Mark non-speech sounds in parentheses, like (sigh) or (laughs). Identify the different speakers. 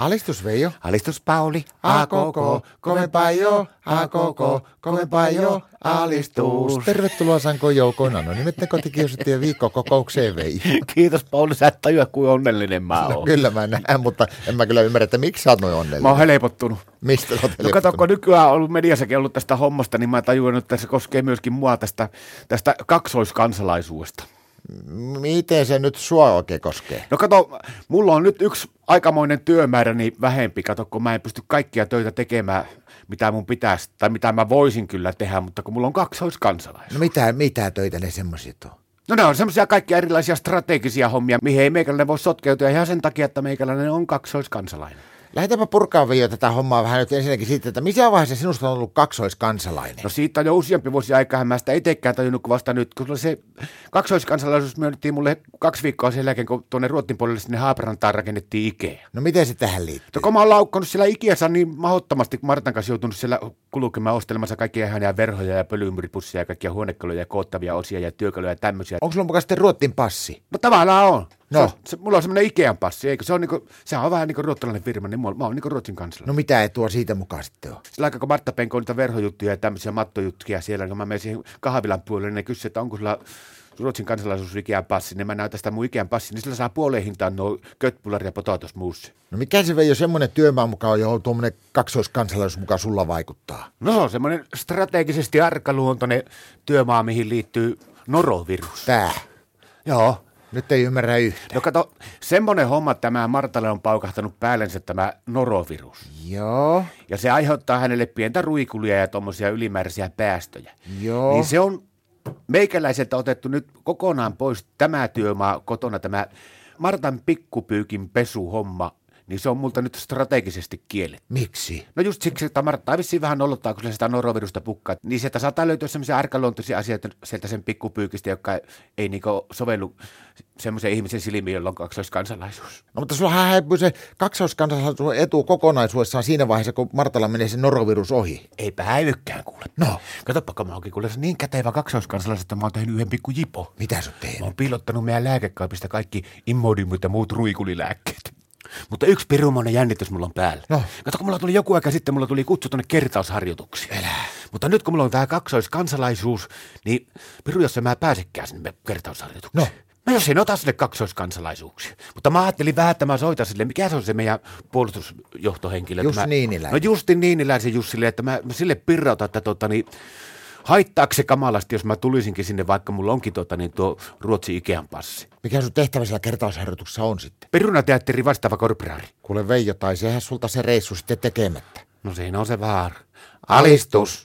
Speaker 1: Alistus Veijo.
Speaker 2: Alistus Pauli,
Speaker 1: A koko, kovempaa jo, a koko, kovempaa jo, alistus. Tervetuloa Sankoon joukoon, Anno Nimetten kotikiusatien viikkokokoukseen Veijo.
Speaker 2: (laughs) Kiitos Pauli, sä et tajua kuin onnellinen mä
Speaker 1: (laughs)
Speaker 2: oon.
Speaker 1: Kyllä mä näen, mutta en mä kyllä ymmärrä, että miksi sä oot noin
Speaker 2: Mä
Speaker 1: onnellinen.
Speaker 2: oon helpottunut.
Speaker 1: Mistä sä oot
Speaker 2: No kato, kun nykyään on ollut mediassakin ollut tästä hommasta, niin mä tajuan, että se koskee myöskin mua tästä, tästä kaksoiskansalaisuudesta.
Speaker 1: Miten se nyt sua oikein koskee?
Speaker 2: No kato, mulla on nyt yksi aikamoinen työmääräni vähempi, kato, kun mä en pysty kaikkia töitä tekemään, mitä mun pitäisi, tai mitä mä voisin kyllä tehdä, mutta kun mulla on kaksoiskansalaisuus.
Speaker 1: No mitä, mitä töitä ne semmoiset on?
Speaker 2: No ne on semmoisia kaikkia erilaisia strategisia hommia, mihin ei meikäläinen voi sotkeutua ihan sen takia, että meikäläinen on kaksoiskansalainen.
Speaker 1: Lähdetäänpä purkaa Veijo tätä hommaa vähän nyt ensinnäkin siitä, että missä vaiheessa sinusta on ollut kaksoiskansalainen?
Speaker 2: No siitä on jo useampi vuosi aikaa, mä sitä itsekään tajunnut kuin vasta nyt, kun se kaksoiskansalaisuus myönnettiin mulle kaksi viikkoa sen jälkeen, kun tuonne Ruotin puolelle sinne Haaparantaan rakennettiin Ikea.
Speaker 1: No miten se tähän liittyy?
Speaker 2: No kun mä oon laukkanut siellä Ikeassa niin mahdottomasti, kun Martan kanssa joutunut siellä kulkemaan ostelemassa kaikkia ihania verhoja ja pölymyripussia ja kaikkia huonekaluja ja koottavia osia ja työkaluja ja tämmöisiä.
Speaker 1: Onko sulla mukaan sitten Ruottin passi?
Speaker 2: No tavallaan on. No. Se,
Speaker 1: No.
Speaker 2: on- se, mulla on semmoinen Ikean passi, eikö? Se on niinku, sehän on vähän niinku ruottalainen firma, niin mä oon, mä oon niinku Ruotsin kansalainen.
Speaker 1: No mitä etua siitä mukaan sitten on?
Speaker 2: Sillä aikaa, kun Martta penkoi niitä verhojuttuja ja tämmöisiä mattojuttuja siellä, niin kun mä menen siihen kahvilan puolelle, niin ne kysyi, että onko sulla Ruotsin kansalaisuus Ikean passi, niin mä näytän sitä mun Ikean passi, niin sillä saa puoleen hintaan nuo köttpulari ja potatosmuussi.
Speaker 1: No mikä se Veijo semmoinen työmaa mukaan, johon tuommoinen kaksoiskansalaisuus mukaan sulla vaikuttaa?
Speaker 2: No se on semmoinen strategisesti arkaluontoinen työmaa, mihin liittyy norovirus.
Speaker 1: Tää.
Speaker 2: Joo.
Speaker 1: Nyt ei ymmärrä yhtään.
Speaker 2: No kato, semmoinen homma tämä Martalle on paukahtanut päällensä tämä norovirus.
Speaker 1: Joo,
Speaker 2: Ja se aiheuttaa hänelle pientä ruikulia ja tuommoisia ylimääräisiä päästöjä.
Speaker 1: joo.
Speaker 2: Niin se on meikäläiseltä otettu nyt kokonaan pois tämä työmaa kotona, tämä Martan pikkupyykin pesuhomma, niin se on multa nyt strategisesti kielletty.
Speaker 1: Miksi?
Speaker 2: No just siksi, että Martta vissiin vähän nolottaa, kun sillä sitä norovirusta pukkaa. Niin sieltä saattaa löytyä sellaisia arkaluontoisia asioita sieltä sen pikkupyykistä, joka ei niinku sovellu semmoisen ihmisen silmiin, jolla on kaksoiskansalaisuus.
Speaker 1: No mutta sulla häipyy se kaksoiskansalaisuuden etu kokonaisuudessaan siinä vaiheessa, kun Martalla menee se norovirus ohi.
Speaker 2: Eipä häivykään kuule.
Speaker 1: No.
Speaker 2: Katoppa, kun mä oonkin kuule niin kätevä kaksoiskansalaiset, että mä oon tehnyt yhden pikku jipo.
Speaker 1: Mitä sä oot
Speaker 2: Mä
Speaker 1: tehnyt?
Speaker 2: oon piilottanut meidän lääkekaapista kaikki immodimut ja muut ruikulilääkkeet. Mutta yksi perumainen jännitys mulla on päällä.
Speaker 1: No.
Speaker 2: Kato, kun mulla tuli joku aika sitten, mulla tuli kutsu tonne kertausharjoituksiin. Elä. Mutta nyt kun mulla on tämä kaksoiskansalaisuus, niin Piru, jos en mä pääsekään sinne kertausharjoituksiin.
Speaker 1: No.
Speaker 2: Mä jos en ota sinne kaksoiskansalaisuuksia. Mutta mä ajattelin vähän, että mä soitan sille, mikä se on se meidän puolustusjohtohenkilö. että
Speaker 1: Jussi
Speaker 2: mä-
Speaker 1: Niiniläinen.
Speaker 2: No Justin Niiniläisen Jussille, että mä, mä sille pirrautan, että tota, niin, haittaako se kamalasti, jos mä tulisinkin sinne, vaikka mulla onkin tota, niin, tuo Ruotsi Ikean passi.
Speaker 1: Mikä sun tehtävä siellä kertausharjoituksessa on sitten?
Speaker 2: Perunateatteri vastaava korporaari.
Speaker 1: Kuule Veijo, tai sehän sulta se reissu sitten tekemättä.
Speaker 2: No siinä on se vaara. Alistus.